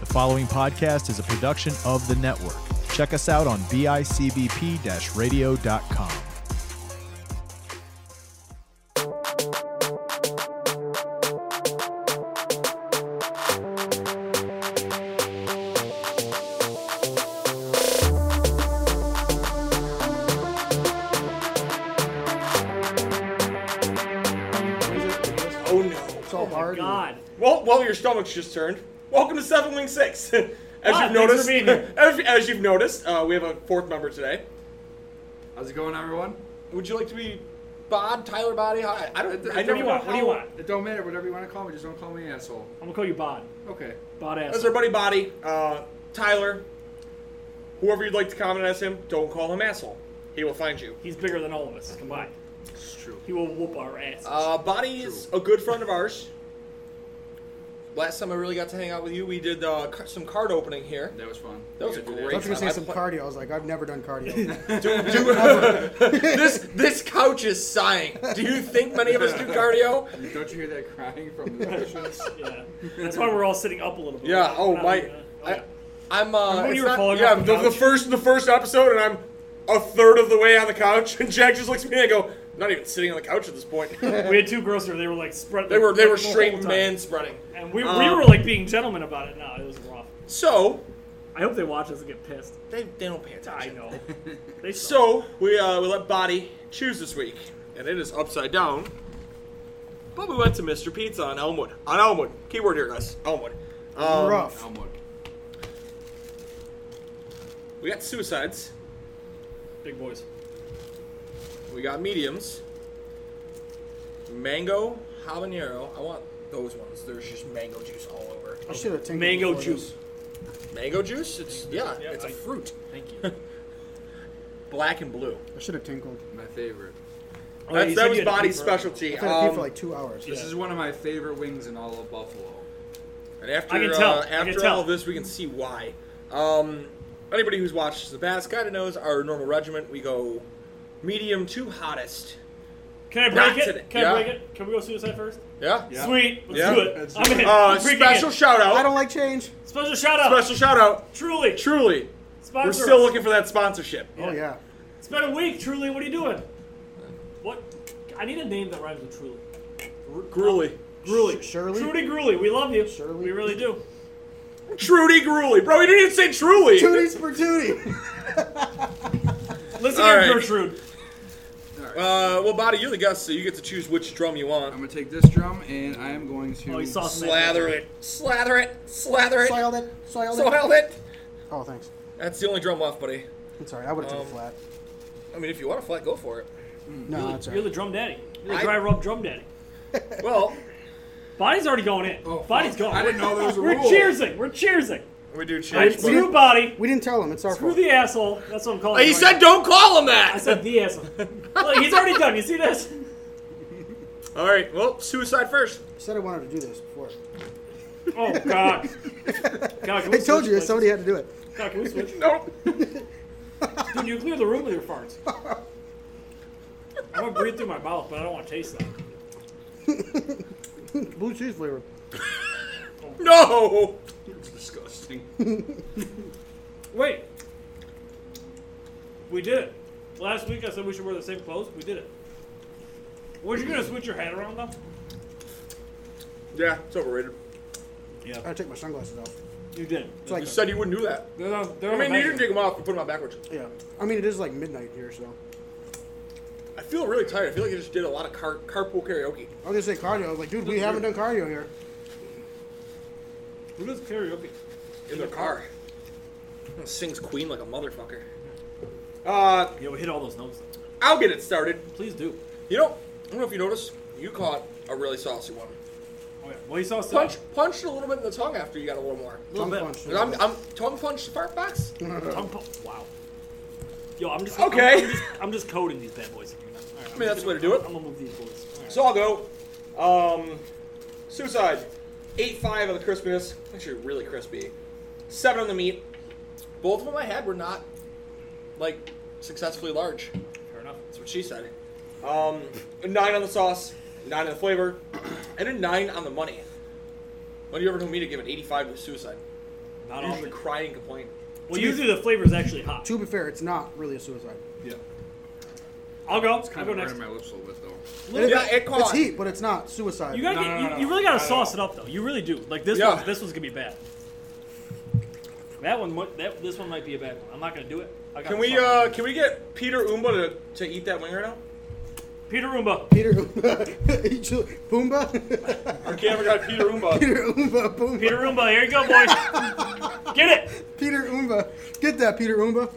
The following podcast is a production of the network. Check us out on bicbp radio.com. Oh no. So hard. God. Well, well, your stomach's just turned. Welcome to Seven Wing Six. as Ah, you've thanks for noticed, being here. As, as you've noticed, uh, we have a fourth member today. How's it going, everyone? Would you like to be Bod Tyler Body High? I don't. I What What do never you know want? What do you how- want? It don't matter. Whatever you want to call me, just don't call me asshole. I'm gonna call you Bod. Okay. Bod ass. That's our buddy Body. Uh, Tyler. Whoever you'd like to comment as him, don't call him asshole. He will find you. He's bigger than all of us combined. It's true. He will whoop our ass. Uh, Body is a good friend of ours. Last time I really got to hang out with you, we did uh, ca- some card opening here. That was fun. That was We a gotta do great- that. Thanks, That's- It I- I gonna say some pla- cardio. I was like, I've never done cardio. this this couch is sighing. Do you think many of us do cardio? Don't you hear that crying from the cushions? yeah. That's why we're all sitting up a little bit. Yeah. Oh We're not my. even, uh, oh, I, yeah. I'm. Uh, Remember when it's you were not- falling yeah. off the The, the couch? first the first episode, and I'm a third of the way on the couch, and Jack just looks at me and I go, "I'm not even sitting on the couch at this point." We had two girls there. They were like spread. they were they were the whole straight time. man spreading. And we, we Um, were like being gentlemen about it. No, it was rough. So I hope they watch us and get pissed. they, they don't pay I attention. know. They suck. So we uh, we let Body choose this week, and it is upside down. But we went to Mr. Pizza on Elmwood. On Elmwood. Keyword here, guys. Elmwood. Um, Rough. Elmwood. We got suicides. big boys. We got mediums. Mango, habanero. I want those ones. There's just mango juice all over. I should have taken Mango before juice. this. Mango juice? It's yeah, Yeah, it's a I- fruit. Thank you. Black and blue. I should have tinkled. My favorite. Oh, Oh, That's, that was Body's specialty. I've had it Um, for like two hours. This is one of my favorite wings in all of Buffalo. and after I can uh, tell. I can after tell. all this, we can see why. Um, anybody who's watched the Bass kind of knows our normal regiment. We go medium to hottest. Can I Not break today. it? Can Yeah. I break it? Can we go suicide first? Yeah. Yeah. Sweet. Let's Yeah. do it. Let's do I'm it. in. Uh, I'm freaking special in. shout out. I don't like change. special shout out. special shout out. Truly. Truly, Sponsor we're us. still looking for that sponsorship. Oh yeah. It's been a week, Truly. What are you doing? What? I need a name that rhymes with Truly. Gruely. Gruely. Sh- Shirley? Trudy Gruely. We love you. Shirley? We really do. Trudy Gruely. Bro, he didn't even say truly. Tooties for tootie. Listen All here, right. Gertrude. Uh, well, Body, you're the guest, so you get to choose which drum you I'm want. gonna take this drum and I am going to. Oh, he saw something. Slather it. Slather it. Slather it. Soiled it. Soiled it. Soiled it. Oh thanks. That's the only drum left, buddy. It's alright. I would have took Um, a flat. I mean, if you want a flat, go for it. No, that's You're the alright. drum daddy. You're the I- dry rub drum daddy. Well, Body's already going in. Oh, fuck. Body's going. I didn't know there was a We're rule. cheersing. We're cheersing. we do I cheers. Screw body. We didn't tell him. It's our Screw fault. the asshole. That's what I'm Oh, calling him he right said now. don't call him that. I said the asshole. Look, he's already done. You see this? All right. Well, suicide first. Said I wanted to do this before. Oh, God. God can we I told switch you places? somebody had to do it. God, can we switch? Nope. Dude, you clear the room with your farts. I'm gonna breathe through my mouth, but I don't want to taste that. Blue cheese flavor. No. It's disgusting. Wait, we did it. Last week I said we should wear the same clothes. We did it. Were you gonna switch your hat around though? Yeah, it's overrated. I took my sunglasses off. You did. It's like You said you wouldn't do that. They're not, they're I mean, not you didn't measured. take them off. You put them on backwards. yeah. I mean it is like midnight here, so I feel really tired. I feel like I just did a lot of car- carpool karaoke. I was gonna say cardio. I was like, dude, we haven't done cardio here. Who does karaoke? In their car. Sings Queen like a motherfucker. Uh, Yeah, we hit all those notes. though. I'll get it started. Please do. You know, I don't know if you noticed, you caught a really saucy one. Oh yeah. Well, you saw us today. Punch, punched a little bit in the tongue after you got a little more. A little Tongue bit. punch. I'm, I'm tongue punched the fart box. Tongue pu- wow. Yo, I'm just Okay. I'm, I'm just, I'm just coding these bad boys. All right, I mean, that's the way to do it. I'm gonna move these boys. All right. So I'll go. Um, suicide. Eight five on the crispiness. Actually, really crispy. Seven on the meat. Both of them I had were not like successfully large. Fair enough. That's what she said. Um, a nine on the sauce, nine on the flavor, and a nine on the money. When do you ever know me to give an 85 to suicide? Not usually often. cry and complain. Well, usually the flavor is actually hot. To be fair, it's not really a suicide. Yeah. I'll go. It's I'll kind go of next. burning my lips a little bit though. Look, Yeah, it It's caught. heat, but it's not suicide. You gotta No, get, no, no, you, no. you really gotta I don't sauce it up though. You really do. Like this, Yeah. one, this one's gonna be bad. That one, might- that this one might be a bad one. I'm not gonna do it. I got Can the we sauce. uh, can we get Peter Umba to, to eat that wing right now? uh, Peter Roomba. Peter Boomba? Our camera got Peter Umba. Peter Oomba Boomba. Peter Peter, Roomba. Here you go, boys. get it. Oomba. Get that, Peter Oomba.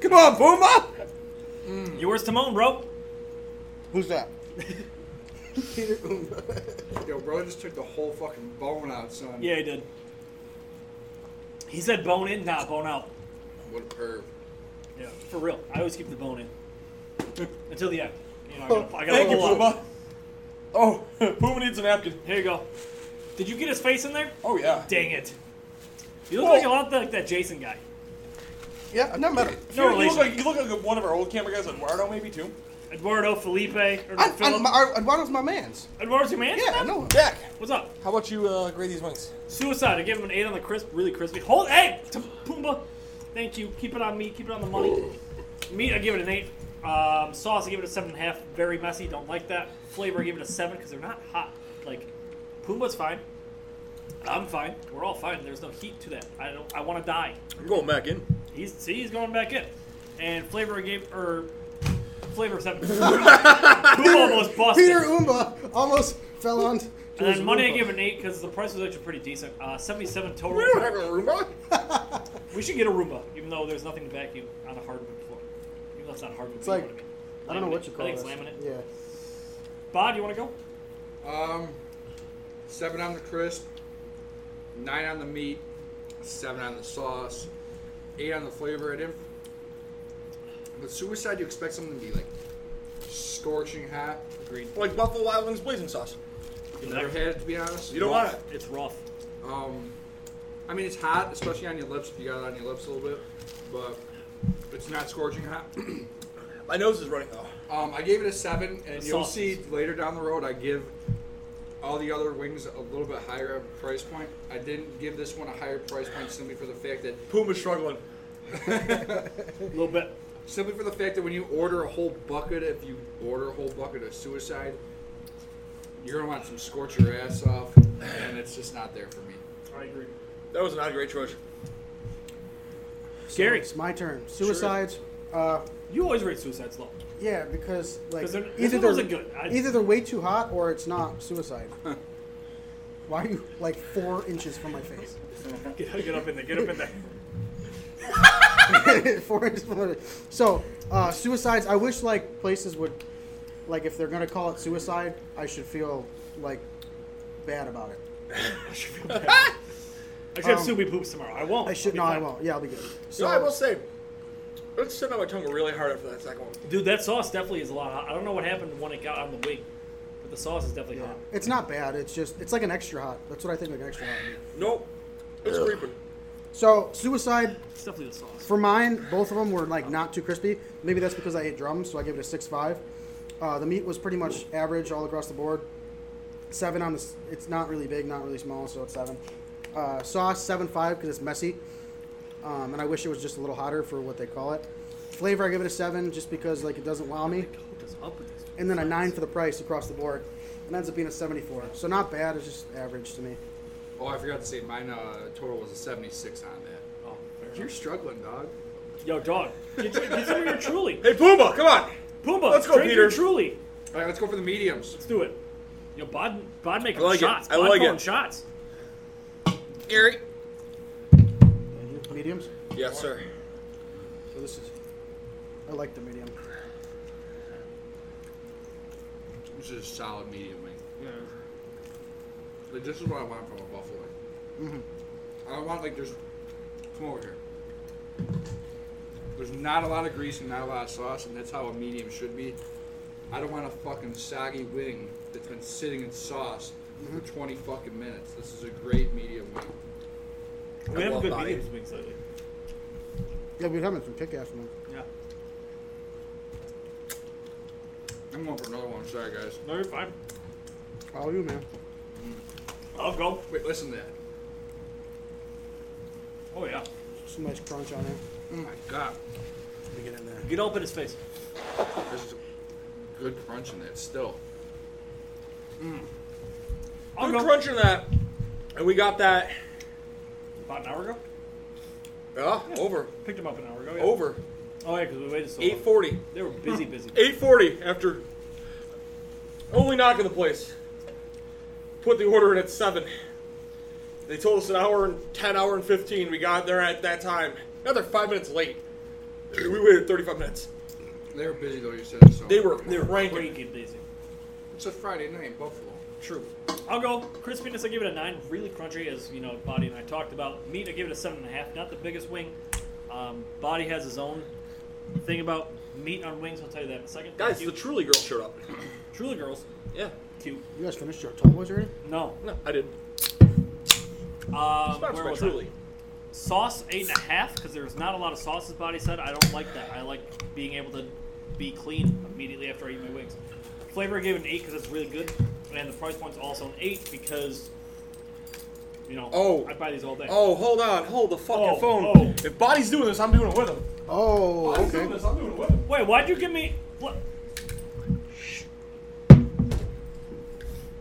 Come on, Boomba! Yours, Timon, bro. Who's that? Peter Oomba. Yo, bro just took the whole fucking bone out, son. Yeah, he did. He said bone in, not bone out. What a perv. Yeah, for real. I always keep the bone in until the end. You know, I gotta, I gotta Thank you, level up. Puma. Oh, Puma needs a napkin. Here you go. Did you get his face in there? Oh yeah. Dang it. You look Whoa. like a lot like that Jason guy. Yeah, I've never met him. No you, look relation. like, you look like one of our old camera guys, Eduardo, maybe too. Eduardo, Felipe, or I, I, Philip. my, our- Eduardo's my man's. Eduardo's your man? Yeah, I know him. Jack, What's up? how about you uh, grade these wings? Suicide. I gave him an 8 on the crisp. Really crispy. Hold Hey, T- Pumbaa. Thank you. Keep it on me. Keep it on the money. Meat, I give it an 8. Um, sauce, I give it a 7.5. Very messy. Don't like that. Flavor, I give it a 7 because they're not hot. Like, Pumbaa's fine. I'm fine. We're all fine. There's no heat to that. I don't. I want to die. I'm going back in. He's see, he's going back in. And flavor game or flavor seven. Boom almost busted. Peter Oomba almost fell on. to and his then money I Oomba. gave an eight because the price was actually pretty decent. Uh, seventy-seven total. We don't have a Roomba. We should get a Roomba, even though there's nothing to vacuum on a hardwood floor. Even though it's not hardwood. It's but you like- know what I don't know what you call I it. think it's laminate. Yeah. Bod, you want to go? Um, seven on the crisp, nine on the meat, seven on the sauce, eight on the flavor. I didn't. With suicide, you expect something to be like scorching hot. Agreed. Like Buffalo Wild Wings blazing sauce. Never had it to be honest. You don't want it. It's rough. Um, I mean, it's hot, especially on your lips. If you got it on your lips a little bit, but it's not scorching hot. My nose is running. Oh. Um, I gave it a seven, and The you'll sauce. see later down the road I give all the other wings a little bit higher of a price point. I didn't give this one a higher price point simply for the fact that Puma's struggling. A little bit. simply for the fact that when you order a whole bucket, if you order a whole bucket of suicide, you're gonna want some scorch your ass off, and it's just not there for me. I agree. That was not a great choice. Gary, It's my turn. Suicides. Uh, you always rate suicides low. yeah, because like 'Cause they're- this either one they're wasn't good. I- either they're way too hot or it's not suicide. Why are you like four inches from my face? Get, get up in there. Get up in there. four inches from my face. So uh, suicides. I wish like places would like if they're gonna call it suicide, I should feel like bad about it. I should have Um, Subi poops tomorrow. I won't. I should. I'll be No, I fine. won't. Yeah, I'll be good. So So I will say, it's sitting on my tongue really hard after that second one. Dude, that sauce definitely is a lot. hot. I don't know what happened when it got on the wing, but the sauce is definitely yeah, hot. it's not bad. It's just it's like an extra hot. That's what I think like an extra hot. means. Nope. It's creeping. So suicide. It's definitely the sauce. For mine, both of them were like not too crispy. Maybe that's because I ate drums, so I gave it a six five. Uh, the meat was pretty much average all across the board. Seven on the. s- It's not really big, not really small, so it's seven. Uh, sauce seven five because it's messy, um, and I wish it was just a little hotter for what they call it. Flavor, I give it a seven just because like it doesn't wow me, What is up with this? and then a nine for the price across the board. It ends up being a seventy four, so not bad. It's just average to me. Oh, I forgot to say mine uh, total was a 76 on that. Oh, fair enough. You're struggling, dog. Yo, dog, get, your- get some of your Truly. Hey, Puma, come on. Pumbaa, Let's go, drink your Peter. Truly. All right, let's go for the mediums. Let's do it. Yo, Bod, Bod making I like it. shots. I Bod like calling it. shots. Gary. Mediums. Yes, sir. So this is. I like the medium. This is a solid medium wing. Like, this is what I want from a buffalo. Mm-hmm. I don't want like there's. Come over here. There's not a lot of grease and not a lot of sauce, and that's how a medium should be. I don't want a fucking soggy wing that's been sitting in sauce Mm-hmm. for 20 fucking minutes. This is a great medium wing. We I have love good Bod. mediums wings lately. Yeah, we're having some kick ass ones. Yeah. I'm going for another one. Sorry, guys. No, you're fine. All you, man. I'll go. Wait, listen to that. Oh yeah. So much crunch on it. Oh my god, Let me get in there. Get open his face. there's a good crunch in that still. I'll Good go. crunch in that. And we got that. About an hour ago. Yeah, uh, over. Picked him up an hour ago. Yeah. Over. Oh yeah, because we waited so long. 840. They were busy, busy. 840 after only knocking the place. Put the order in at 7. They told us an hour and 10, hour and 15. We got there at that time. Another 5 minutes late. We waited 35 minutes. They were busy though. You said so. They were they were ranking. Freaking busy. It's a Friday night in Buffalo. True. I'll go crispiness. I give it a nine. Really crunchy, as you know, body and I talked about. Meat, I give it a seven and a half. Not the biggest wing. Um, body has his own thing about meat on wings. I'll tell you that in a second. Guys, Thank the you. Truly girl showed up. Truly girls, Yeah. cute. You guys finished your tall boys already? No, No, I didn't. um, Sponsored where by was I? Truly. Sauce eight and a half because there's not a lot of sauce. As body said, I don't like that. I like being able to be clean immediately after I eat my wings. Flavor I gave it an eight because it's really good, and the price point's also an eight because you know Oh. I buy these all day. Oh, hold on. Hold the fucking Oh, phone. oh. If Body's doing this, I'm doing it with him. Oh, Body's okay. doing this, I'm doing it with him. Wait, why'd you give me? What?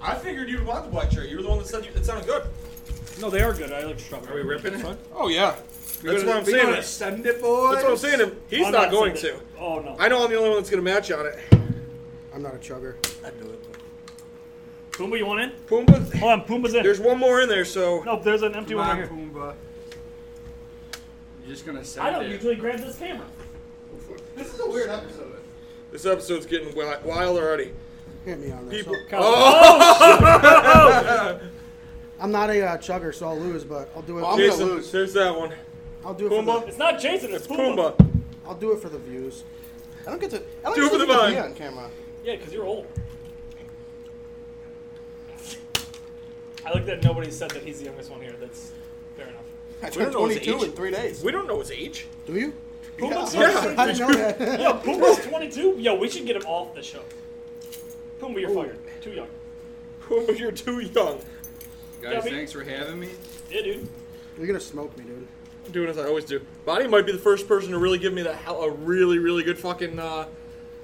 I figured you'd want the black cherry. You were the one that said you, it sounded good. No, they are good. I like strawberry. Are we ripping it? Oh, yeah. That's We're what gonna- I'm we saying. gonna Send it, boys. That's what I'm saying. If He's I'm not going sending to. it. Oh no. I know I'm the only one that's going to match on it. I'm not a chugger. I knew it. Pumbaa, you want in? Pumbaa, Hold on, Pumbaa's in. there's one more in there, so nope, there's an empty Come one on, right here. Pumbaa. You're just gonna send I don't it. usually grab this camera. This is a weird episode. this episode's getting wi- wild already. Hit me on this. People, So- I'm not a uh, chugger, so I'll lose, but I'll do it. I'm gonna Jason, lose. there's that one. I'll do it. For Pumbaa. It's not Jason. It's It's Pumbaa. Pumbaa. the, I'll do it for the views. I don't get to. I Do it for don't the get to be vine. on camera. Yeah, because you're old. I like that nobody said that he's the youngest one here. That's fair enough. I don't turned know his 22 age. in three days. We don't know his age. Do you? Pumbaa's Yeah. 22. I didn't know that. Yo, Pumbaa's 22. Yo, we should get him off the show. Pumbaa, you're fired. Too young. Pumbaa, you're too young. Guys, we- thanks for having me. Yeah, dude. You're gonna smoke me, dude. I'm doing as I always do. Bonnie might be the first person to really give me the hell, a really, really good fucking. Uh,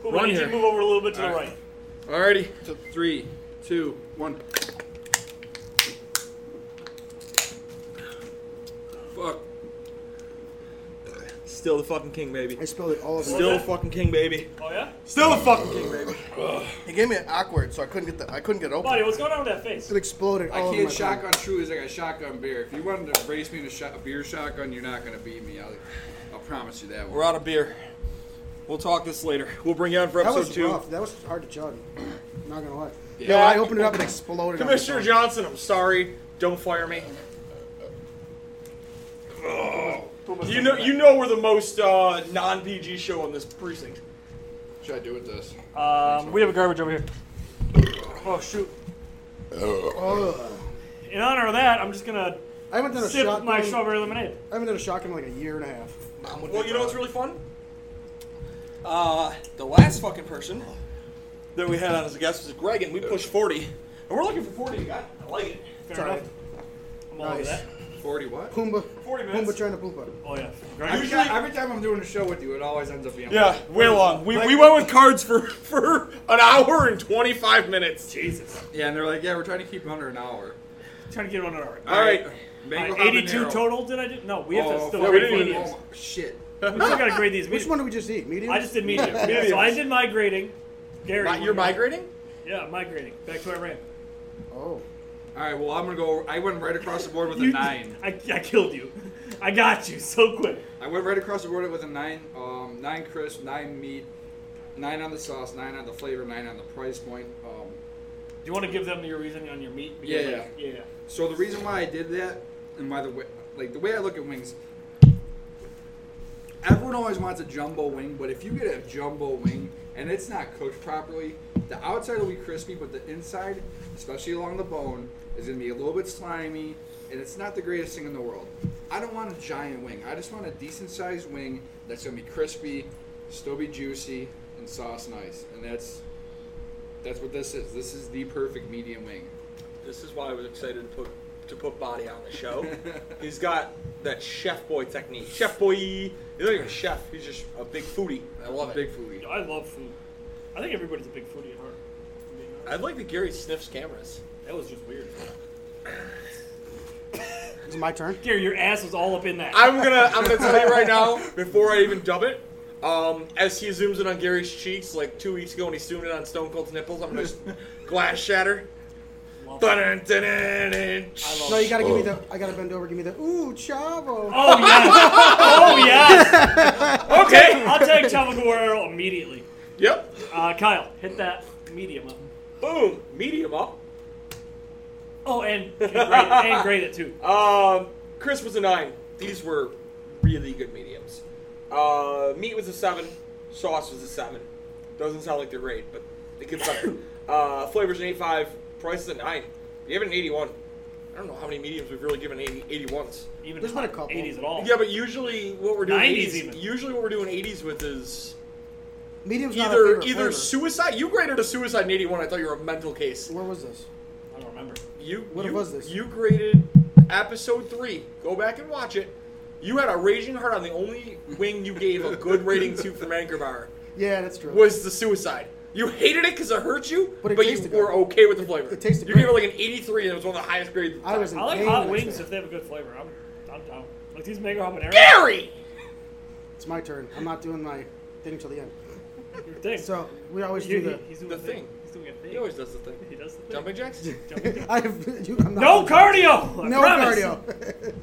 Pumbaa, Run you need to here. move over a little bit to the All right. right. alrighty. Three, two, one. Fuck. Still the fucking king, baby. I spilled it all over. Still the fucking king, baby. Oh, yeah? Still the fucking king, baby. He gave me an awkward, so I couldn't get the I couldn't get it open. Buddy, what's going on with that face? It exploded all I over Oh, my can't phone. shotgun true is like a shotgun beer. If you wanted to race me in a, shot, a beer shotgun, you're not gonna beat me. I'll, I'll promise you that We're one. out of beer. We'll talk this later. We'll bring you on for That episode was two. rough. That was hard to chug. Not gonna lie. Yeah. Yo, I opened it up and it exploded. on my Commissioner phone. Johnson, I'm sorry. Don't fire me. You know, you know we're the most uh, non-PG show on this precinct. Should I do with this? Um, we have a garbage over here. Oh, shoot. Ugh. In honor of that, I'm just going Oh. I haven't done to a sip shotgun. my strawberry lemonade. I haven't done a shotgun in like a year and a half. Well, you know what's really fun? Uh, the last fucking person that we had on as a guest was Greg, and we pushed 40. And we're looking for 40. I, I like it. Fair Sorry. enough. I'm all over Nice. that. Forty what? Pumbaa. 40 minutes. Pumbaa trying to poop on. Oh, yeah. Every, Garbage. ti- every time I'm doing a show with you, it always ends up being. Yeah, way long. We, we went with cards for, for an hour and 25 minutes. Jesus. Yeah, and they're like, yeah, we're trying to keep it under an hour. Trying to get one over. All right. Mango Uh, 82 habanero. total, did I do? No, we have to Oh, still fuck, we grade didn't even- mediums. oh, shit. We still gotta grade these Which mediums. one did we just eat? Medium. I just did medium. Yeah, so I did my grading. Gary. Mi- you You're wanna go? migrating? Yeah, migrating. Back to where I ran. Oh. All right, well, I'm gonna go. I went right across the board with a You- nine. I, I killed you. I got you so quick. I went right across the board with a nine. Um, nine crisp, nine meat, nine on the sauce, nine on the flavor, nine on the price point. Um, Do you want to give them your reason on your meat? Yeah, like, yeah, yeah. so the reason why I did that, and why the way, like the way I look at wings, everyone always wants a jumbo wing, but if you get a jumbo wing and it's not cooked properly, the outside will be crispy, but the inside, especially along the bone, is gonna be a little bit slimy, and it's not the greatest thing in the world. I don't want a giant wing. I just want a decent sized wing that's gonna be crispy, still be juicy, and sauce nice. And that's that's what this is. This is the perfect medium wing. This is why I was excited to put to put body on the show. he's got that chef boy technique. Chef boy. He's not even a chef. He's just a big foodie. I love it. Big foodie. I love food. I think everybody's a big foodie at heart. if I'm being honest. I'd like that Gary sniffs cameras. That was just weird. It's my turn. Gary, your ass was all up in that. I'm gonna I'm gonna tell you right now before I even dub it. Um, as he zooms in on Gary's cheeks like two weeks ago when he zoomed in on Stone Cold's nipples, I'm gonna just glass shatter. Love it. Dun, dun, dun, dun. No, you gotta give me the. I gotta bend over. Give me the. Ooh, Chavo. Oh yes! Oh yes! Okay. I'll take Chavo Guerrero immediately. Yep. Uh, Kyle, hit that medium up. Boom. Medium up. Oh, and and grade, and grade it too. Um, Chris was a nine. These were really good mediums. Uh, meat was a seven. Sauce was a seven. Doesn't sound like they're great, but they get better. uh, flavors an eight five. Price is a nine. You have an eighty one. I don't know how many mediums we've really given 80, 81s. Even There's not been a couple. 80s at all. Yeah, but usually what we're doing 90s 80s, even. usually what we're doing 80s with is Medium's not a either favorite either flavor. suicide. You graded a suicide in 81. I thought you were a mental case. Where was this? I don't remember. You What you, was this? You graded episode three. Go back and watch it. You had a raging heart on the only wing you gave a good rating to from Anchor Bar Yeah, that's true. was the suicide. You hated it because it hurt you, But but, it you tasted good. were okay with the flavor. it tasted You gave it great. like an 83, and it was one of the highest grades. of the I time. was in I like pain hot the next wings day. if they have a good flavor. I'm, I'm down. Like these mango habanero. Gary. It's my turn. I'm not doing my thing till the end. Your thing. So we always You- do the. he's doing The a thing. He's doing a thing. He always does the thing. He does the thing. Jumping jacks. Jumping jack. I have. You, I'm not no cardio. I No promise. cardio.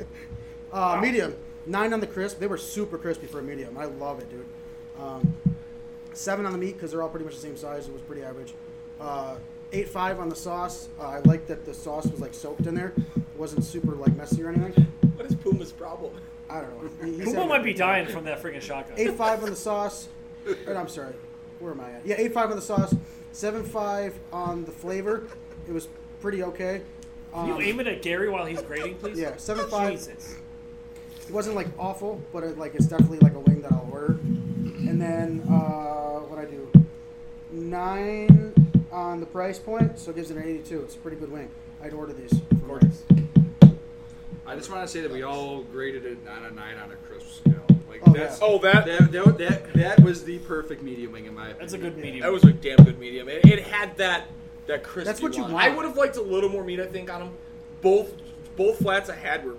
uh, medium. Nine on the crisp. They were super crispy for a medium. I love it, dude. Um, seven on the meat because they're all pretty much the same size. It was pretty average. Uh, eight five on the sauce. Uh, I liked that the sauce was like soaked in there. It wasn't super like messy or anything. what is Puma's problem? I don't know. He- he Puma said- might be dying from that freaking shotgun. Eight five on the sauce. Or, I'm sorry. Where am I at? Yeah, eight five on the sauce. Seven five on the flavor. It was pretty okay. Can you Um, aim it at Gary while he's grading, please? Yeah, seven five. Jesus. it wasn't like awful, but it, like it's definitely like a wing that I'll order. And then uh, what I do, nine on the price point, so it gives it an eighty-two. It's a pretty good wing. I'd order these. from Gorgeous. I just want to say that we all graded it nine on nine on a crisp scale. Like Oh, that's Oh, that that, that, that that was the perfect medium wing in my opinion. That's a good medium. That was a damn good medium. It, it had that that crispy. That's what you line. want. I would have liked a little more meat. I think on them. Both both flats I had were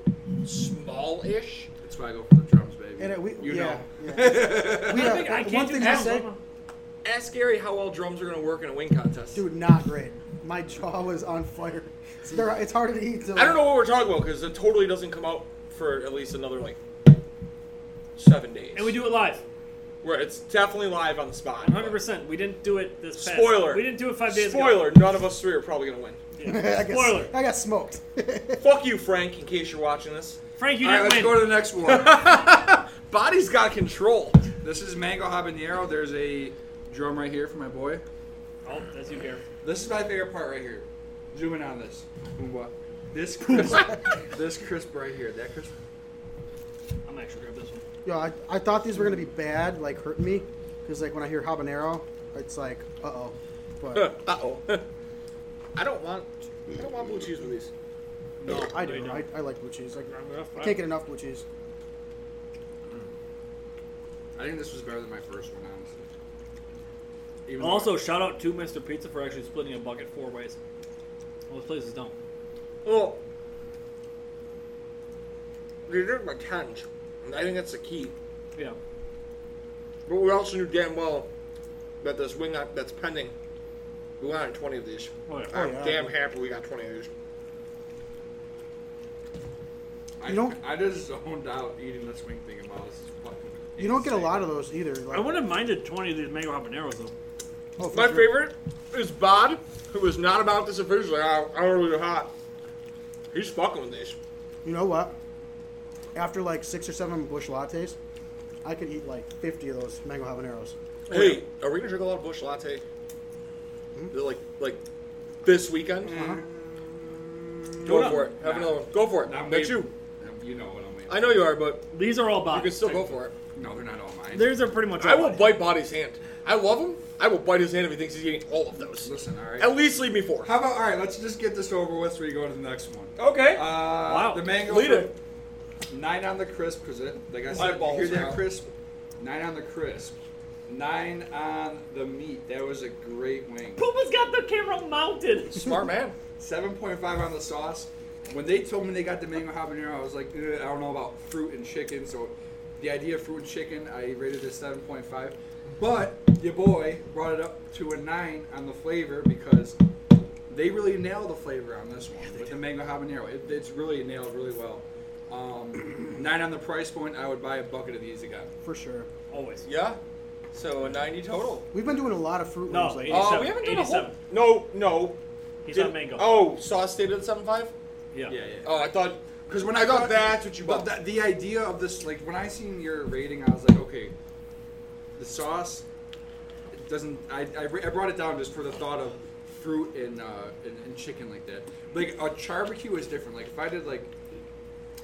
small-ish. That's why I go for the drums, baby. And it, we, you yeah, know. yeah. We, uh, I can't one do thing to drums. say, Ask Gary how well drums are going to work in a wing contest. dude, not great. My jaw was on fire. It's, they're- it's hard to eat. I don't know what we're talking about because it totally doesn't come out for at least another like seven days. And we do it live. Where it's definitely live on the spot. 100%. We didn't do it this past. Spoiler. We didn't do it five days ago. Spoiler: None of us three are probably going to win. Yeah. I got, Spoiler. I got smoked. Fuck you, Frank. In case you're watching this, Frank, you All right, didn't let's win. go to the next one. body's got control. this is mango habanero. There's a drum right here for my boy. oh, that's you, Gary. This is my favorite part right here. Zoom in on this. Boomba. This crisp, this crisp right here. That crisp. I'm gonna actually grab this one. Yo, I, I thought these were gonna be bad, like hurting me, because like when I hear habanero, it's like, uh oh. But uh oh. I don't want. I don't want blue cheese with these. No, I no, you do. don't. I, I like blue cheese. Like, I'm gonna I can't get enough blue cheese. I think this was better than my first one, honestly. Even though- Also, shout out to Mr. Pizza for actually splitting a bucket four ways. Most places don't. Well, they did my tent, and I think that's the key. Yeah. But we also knew damn well that this wing up that's pending, we wanted 20 of these. Oh, yeah. I'm yeah. damn happy we got 20 of these. I, You don't- I just zoned out eating this wing thing about this. Is fucking You don't get a insane. lot of those either. Like, I wouldn't have minded 20 of these mango habaneros, though. oh, for My sure. favorite is Bod, who is not about this officially. I, I don't really hot. He's fucking with these. You know what? After like six or seven bush lattes, I could eat like 50 of those mango habaneros. Hey, are we gonna drink a lot of Bush Latte? Hmm? Like, like this weekend? Go Mm-hmm. Why for not? it. Have Nah. another one. Go for it. Not That's me. you. Um, You know what I mean. I know you are, but These are all you can bodies. still go for it. No, they're not all mine. These are pretty much all I will bodies. bite Body's hand. I love him. I will bite his hand if he thinks he's eating all of those. Listen, all right. At least leave me four. How about all right? Let's just get this over with so we go to the next one. Okay. Uh, wow. The mango. Lead for- it. Nine on the crisp because it. Like I My said, you balls hear are that out. crisp? Nine on the crisp. Nine on the meat. That was a great wing. Puma's got the camera mounted. Smart man. Seven point five on the sauce. When they told me they got the mango habanero, I was like, "Eh, I don't know about fruit and chicken. So, the idea of fruit and chicken, I rated it seven point five. But your boy brought it up to a nine on the flavor because they really nailed the flavor on this one with the mango habanero. It, it's really nailed really well. Um, nine on the price point. I would buy a bucket of these again. for sure. Always. Yeah. So a 90 total. We've been doing a lot of fruit No, wings lately. it- Uh, 87, we haven't done a whole. 87. No, no. He's Did- on mango. Oh, sauce stated at 7.5? Yeah, yeah. yeah. Oh, I thought. Because when I I thought got that's what you But bought. the, the idea of this, like when I seen your rating, I was like, okay, the sauce it doesn't. I, I, re- I brought it down just for the thought of fruit and, uh, and and chicken like that. Like a barbecue is different. Like if I did like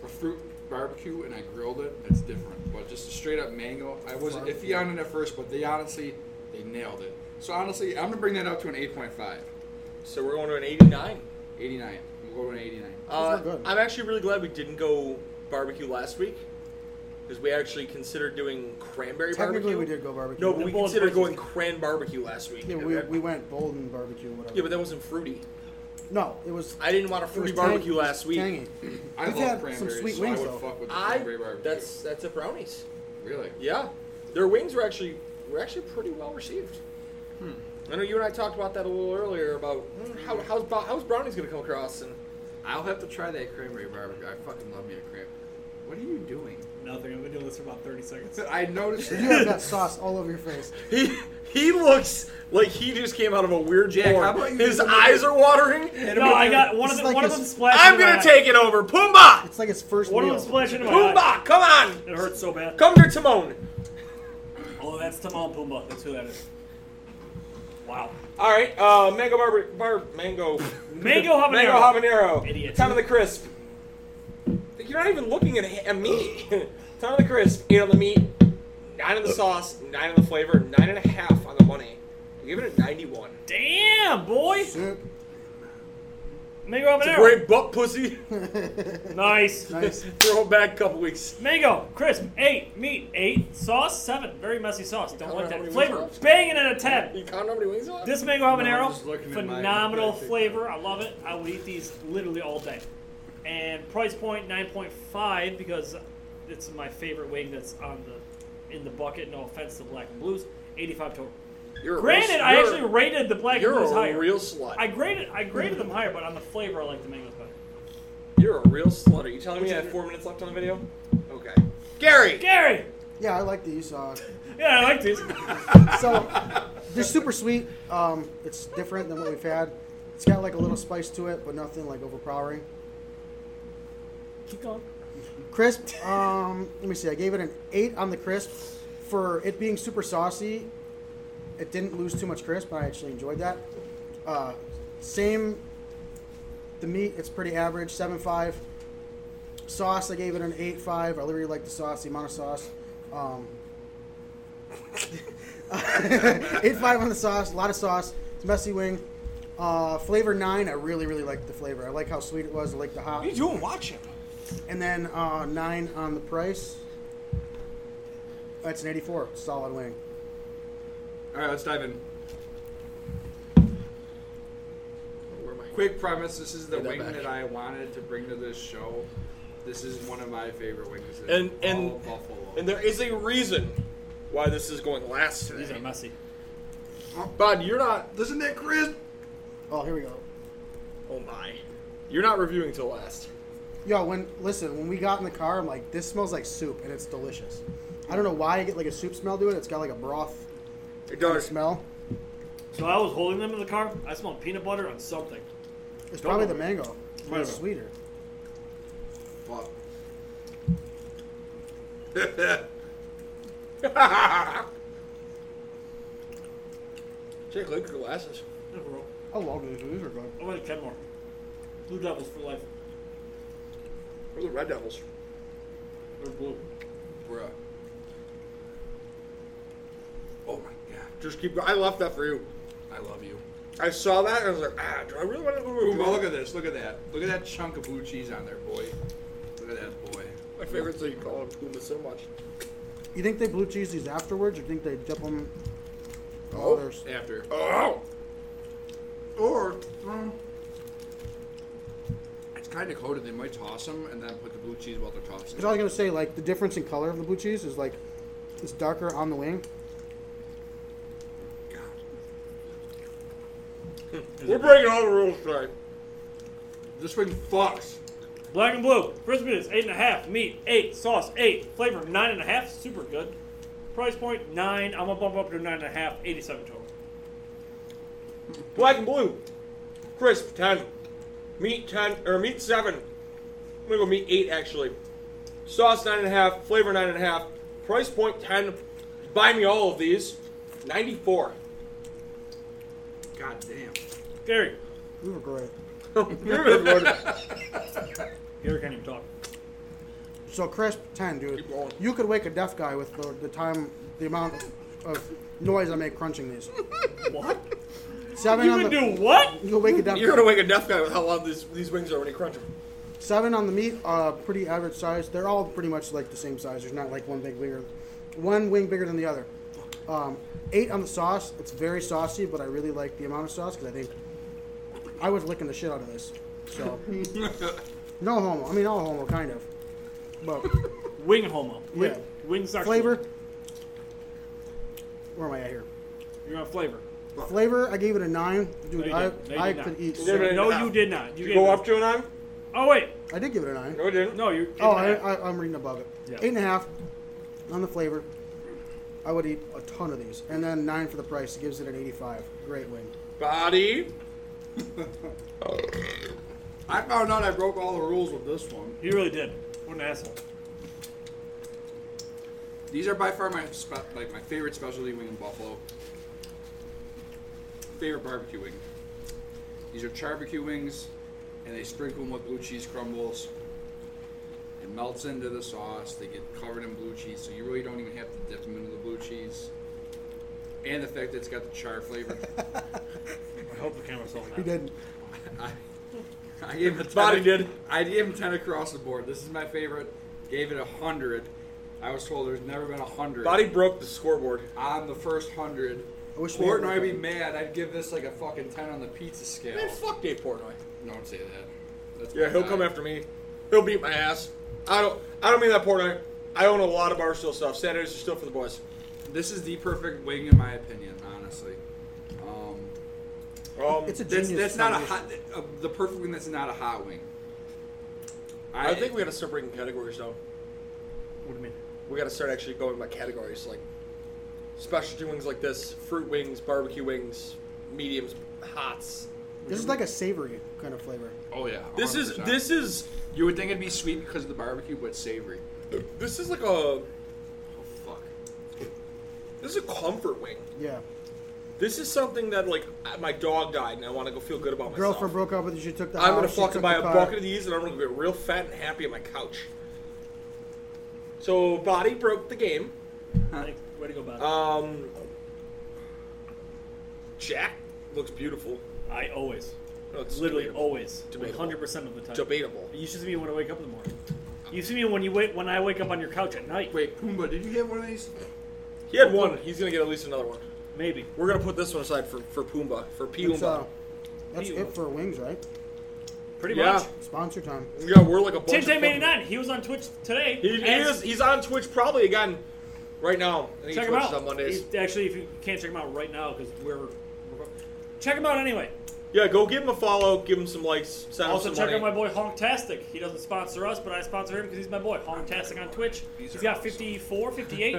a fruit barbecue and I grilled it, that's different. But just a straight up mango, I was iffy on it at first, but they honestly they nailed it. So honestly, I'm gonna bring that up to an 8.5, So we're going to an 89. 89. We'll go to an 89. Uh, not good. I'm actually really glad we didn't go barbecue last week because we actually considered doing cranberry Technically, barbecue. we did go barbecue. No, but The we bowl and considered going pretzels. cran barbecue last week. yeah, we, we went bold and barbecue, whatever. Yeah, but that wasn't fruity. no, it was. I didn't want a it was fruity tang- barbecue it was last week. tangy. I We've love had some cranberries, sweet so wings, I would though. fuck with the I cranberry barbecue. that's that's at brownies. really. Yeah, their wings were actually were actually pretty well received. Hmm. I know you and I talked about that a little earlier about mm, how, how's Bo- how's brownies gonna come across and I'll have to try that cranberry barbecue. I fucking love me a cranberry. What are you doing? Nothing. I've been doing this for about 30 seconds. I noticed You have that sauce all over your face. he he looks like he just came out of a weird Jack, porn. how about you His do the- eyes are watering. no, I got one of This is them. like one of his- them splashed. I'm into my gonna eye. take it over, Pumbaa. It's like its first One of meal. them splashed into my eye. Pumbaa, come on, It hurts so bad. come to Timon. Oh, that's Timon Pumbaa. That's who that is. Wow. All right, uh, mango barber, bar, mango, Mango habanero. mango habanero. Idiot. Time of the crisp. You're not even looking at, at me. Time of the crisp. Eight on the meat. Nine on the sauce. Nine on the flavor. Nine and a half on the money. I give it a 91. Damn, boy. Shit. Mango habanero. Great butt pussy. Nice. Nice. Throw it back a couple weeks. Mango, crisp, eight, meat, eight, sauce, seven. Very messy sauce. Don't count like how many wings that. Flavor, left? banging at a ten. You count how many wings on? This mango No, habanero, I'm just looking at my- phenomenal my- flavor. I love it. I would eat these literally all day. And price point nine point five because it's my favorite wing that's on the in the bucket. No offense to Black and Blues, eighty five total. You're a Granted, real- I you're- actually rated the Black and You're Blues a higher. real slut. I graded I graded them higher, but on the flavor, I like the mangoes better. You're a real slut. Are you telling me I have four minutes left on the video? Okay. Gary. Gary, Yeah, I like these. Uh, yeah, I like these. so they're super sweet. Um, it's different than what we've had. It's got like a little spice to it, but nothing like overpowering. Keep going. Crisp. Um, let me see. I gave it an eight on the crisp for it being super saucy. It didn't lose too much crisp. I actually enjoyed that. Uh, same. The meat. It's pretty average. Seven five. Sauce. I gave it an eight five. I really like the sauce. The amount of sauce. Um, eight five on the sauce. A lot of sauce. It's a messy wing. Uh, flavor nine. I really really liked the flavor. I like how sweet it was. I like the hop. What are you doing watching? And then uh, nine on the price. That's an 84, solid wing. All right, let's dive in. Where am I? Quick premise: This is the Get that wing back. that I wanted to bring to this show. This is one of my favorite wings. in And- and- all of Buffalo. And there is a reason why this is going last These are today. messy. Bud, you're not. listen to that crisp. Oh, here we go. Oh my. You're not reviewing till last. Yo, when listen, when we got in the car, I'm like, this smells like soup, and it's delicious. I don't know why I get like a soup smell to it. It's got like a broth It kind of does. smell. So I was holding them in the car. I smelled peanut butter on something. It's probably know. the mango. Might It's have. sweeter. Fuck. Jake, look at your glasses. I love these. These are good. I went to Kenmore. Blue Devils for life. We're the Red Devils. They're blue. Bruh. Oh my god. Just keep going. I left that for you. I love you. I saw that and I was like, ah, do I really want to go to a Boom, draw? look at this. Look at that. Look at that chunk of blue cheese on there, boy. Look at that, boy. My favorite thing you call him Kuma so much. You think they blue cheese these afterwards, or think they dip them? Oh. there's After. Oh! Or, um, it's kind of coated. They might toss them and then put the blue cheese while they're tossing. 'cause I was gonna say like the difference in color of the blue cheese is like it's darker on the wing. We're breaking all the rules today. This one fucks. Black and blue. Crispy is eight and a half. Meat eight. Sauce eight. Flavor nine and a half. Super good. Price point nine. I'm gonna bump up to nine and a half. Eighty-seven total. Black and blue. Crisp, 10. Meat, 10. Or meat, 7. I'm going to go meat, 8, actually. Sauce, 9.5. Flavor, 9.5. Price point, 10. Buy me all of these. 94. God damn. Gary. We were great. Gary can't even talk. So crisp ten, dude. Keep going. You could wake a deaf guy with the, the time, the amount of noise I make crunching these. What? Seven You on would the. do what? You could wake a deaf. You're guy. going to wake a deaf guy with how long these, these wings are when you crunch them. Seven on the meat, uh, pretty average size. They're all pretty much like the same size. There's not like one big winger, one wing bigger than the other. Um, eight on the sauce. It's very saucy, but I really like the amount of sauce because I think I was licking the shit out of this. So no homo. I mean, all homo, kind of. But Wing homo. Wing, Yeah. Wing sexual. flavor. Where am I at here? You're on flavor. Flavor. I gave it a nine, dude. No, you I didn't. No, you I did could not. eat. You seven- didn't. No, Yeah. you did not. You You gave go it- up to a 9? Oh wait. I did give it a nine. No, I didn't. No, you. Oh, I, I, I'm reading above it. Yeah. Eight and a half on the flavor. I would eat a ton of these, and then nine for the price. It gives it an 85. Great wing. Body. I found out I broke all the rules with this one. You really did. What an asshole. These are by far my spe- like my favorite specialty wing in Buffalo. Favorite barbecue wing. These are charbecue wings, and they sprinkle them with blue cheese crumbles. It melts into the sauce. They get covered in blue cheese, so you really don't even have to dip them into the blue cheese. And the fact that it's got the char flavor. I hope the camera saw that. He didn't. I, I gave him a ten. Body did. I gave him ten across the board. This is my favorite. Gave it a hundred. I was told there's never been a hundred. Body broke the scoreboard. on the first hundred. I wish we had Horton, that I'd be button. mad. I'd give this like a fucking ten on the pizza scale. Man, fuck Dave Portnoy. No, don't say that. That's Yeah, my he'll guy. come after me. He'll beat my ass. I don't. I don't mean that Portnoy. I own a lot of Barstool stuff. Saturdays are still for the boys. This is the perfect wing in my opinion, honestly. Um, Um, It's a that's genius. that's not a combination. hot. Uh, the perfect wing that's not a hot wing. I think we gotta start breaking categories down. What do you mean? We gotta start actually going by categories, like specialty wings like this, fruit wings, barbecue wings, mediums, hots. This is like a savory kind of flavor. Oh yeah. This is 100%. this is You would think it'd be sweet because of the barbecue, but savory. this is like a Oh fuck. this is a comfort wing. Yeah. This is something that like I- my dog died and I want to go feel good about myself. Girlfriend broke up with you. She took the. I'm gonna house, she fucking took buy the a car. bucket of these, and I'm gonna get real fat and happy on my couch. So body broke the game. Like, way to go, Bob. Um, Jack looks beautiful. I always, No, it's literally debatable. always, Debatable. 100 percent oh. of the time. debatable. You should see me when I wake up in the morning. You see me when you wait when I wake up on your couch at night. Wait, Pumbaa, did you have one of these? He had one. He's gonna get at least another one. Maybe. We're gonna put this one aside for for Pumbaa for That's, uh, Pumbaa. that's Ew. it for wings, right? Pretty Yeah. much. Sponsor time. Yeah, we're like a bunch Tim of Tam fucking- 89. He was on Twitch today. He, he And- is. He's on Twitch probably again right now. I think Check he him twitches out. on Mondays. He's- actually, if you can't check him out right now because we're, we're- check him out anyway. Yeah, go give him a follow. Give him some likes. Send Also him some check out money. my boy Honktastic. He doesn't sponsor us, but I sponsor him because he's my boy Honktastic on Twitch. These He's are got awesome. 54, 58.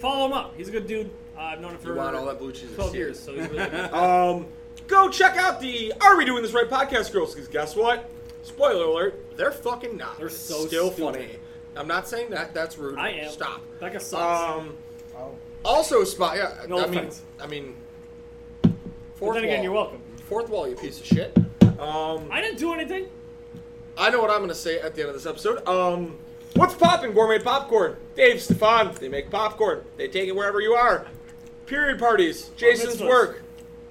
Follow him up. He's a good dude. Uh, I've known him for You want all that blue cheese? 12 it's here. years, so he's really good. Um, go check out the Are We Doing This Right podcast, girls, because guess what? Spoiler alert, they're fucking not. They're so Still stupid. funny. I'm not saying that. That's rude. I am. Stop. Becca sucks. Um, Oh. also, spot. Yeah, No I mean, offense. I mean, but fourth then again, wall. you're welcome. Fourth wall, you piece of shit. Um, I didn't do anything. I know what I'm gonna say at the end of this episode. Um, what's poppin', gourmet popcorn? Dave Stefan. They make popcorn. They take it wherever you are. Period parties. Jason's mitzvahs. work.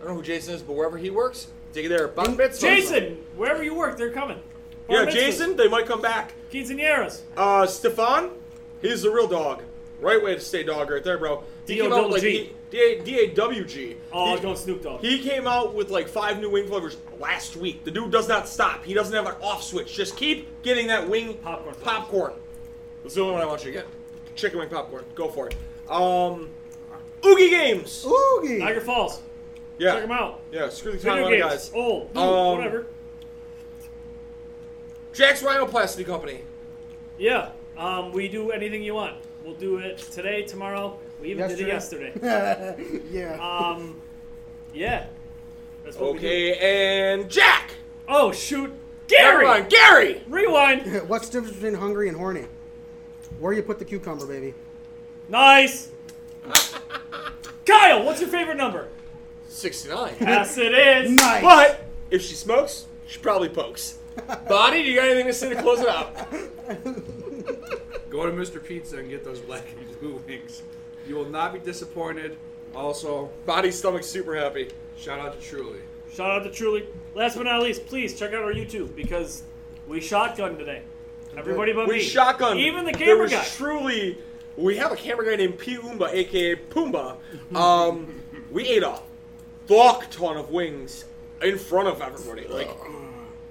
I don't know who Jason is, but wherever he works, dig it there. Bar mitzvahs. Jason, wherever you work, they're coming. Bar Yeah, mitzvahs, Jason. They might come back. Quinceañeras. Uh, Stefan, he's the real dog. Right way to stay dog right there, bro. He came out with, like D-O-double-G. D- D-A-W-G. Oh, I was He- going Snoop Dogg. He came out with like five new wing flavors last week. The dude does not stop. He doesn't have an off switch. Just keep getting that wing Popcorn. Popcorn. That's the only one I want you to get. Chicken wing popcorn. Go for it. Um, Oogie Games. Oogie. Niagara Falls. Yeah. Check them out. Yeah, screw the Video Colorado games. guys. Old, new, Um, whatever. Oh. Jack's Rhinoplasty Company. Yeah. Um, we do anything you want. We'll do it today, tomorrow. We even did it yesterday. yeah. um, yeah. That's what Oh, We do. Okay, and Jack. Oh shoot, Never Gary. mind, Gary. Rewind. What's the difference between hungry and horny? Where you put the cucumber, baby? Nice. Kyle, what's your favorite number? 69. Yes, it is. Nice. But if she smokes, she probably pokes. Bonnie, do you got anything to say to close it out? Go to Mr. Pizza and get those black and blue wings. You will not be disappointed. Also, Bonnie's stomach's super happy. shout out to Truly. Shout out to Truly. Last but not least, please check out our YouTube because we shotgun today. Everybody but We me. shotgun. Even the there camera was guy. Truly, we have a camera guy named P Oomba, aka Pumbaa. Um, we ate a fuck ton of wings in front of everybody, like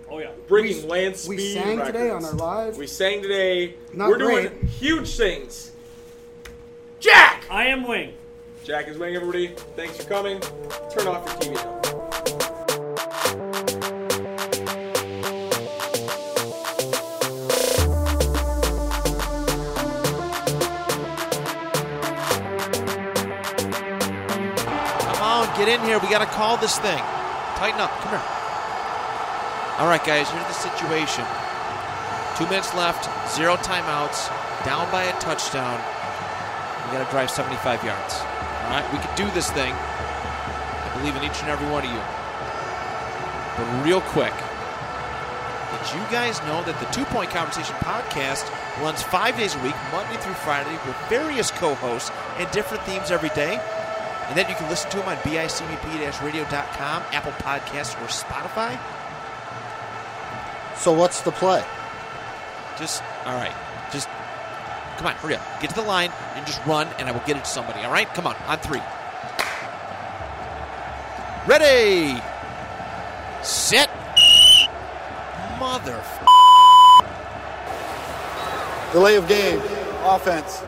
oh yeah. breaking land speed. We sang today on records. our live. We sang today. Not We're doing great. huge things. Jack. I am Wing. Jack is waiting, everybody. Thanks for coming. Turn off your TV now. Come on, get in here. We got to call this thing. Tighten up. Come here. All right, guys, here's the situation. Two minutes left, zero timeouts, down by a touchdown. We got to drive 75 yards. All right, we can do this thing. I believe in each and every one of you. But real quick, did you guys know that the Two Point Conversation podcast runs five days a week, Monday through Friday, with various co hosts and different themes every day? And then you can listen to them on bicbp-radio.com, Apple Podcasts, or Spotify. So what's the play? Just, all right, just, come on, hurry up. Get to the line and just run, and I will get it to somebody, all right? Come on, on three. Ready, set, mother. Delay of game, offense.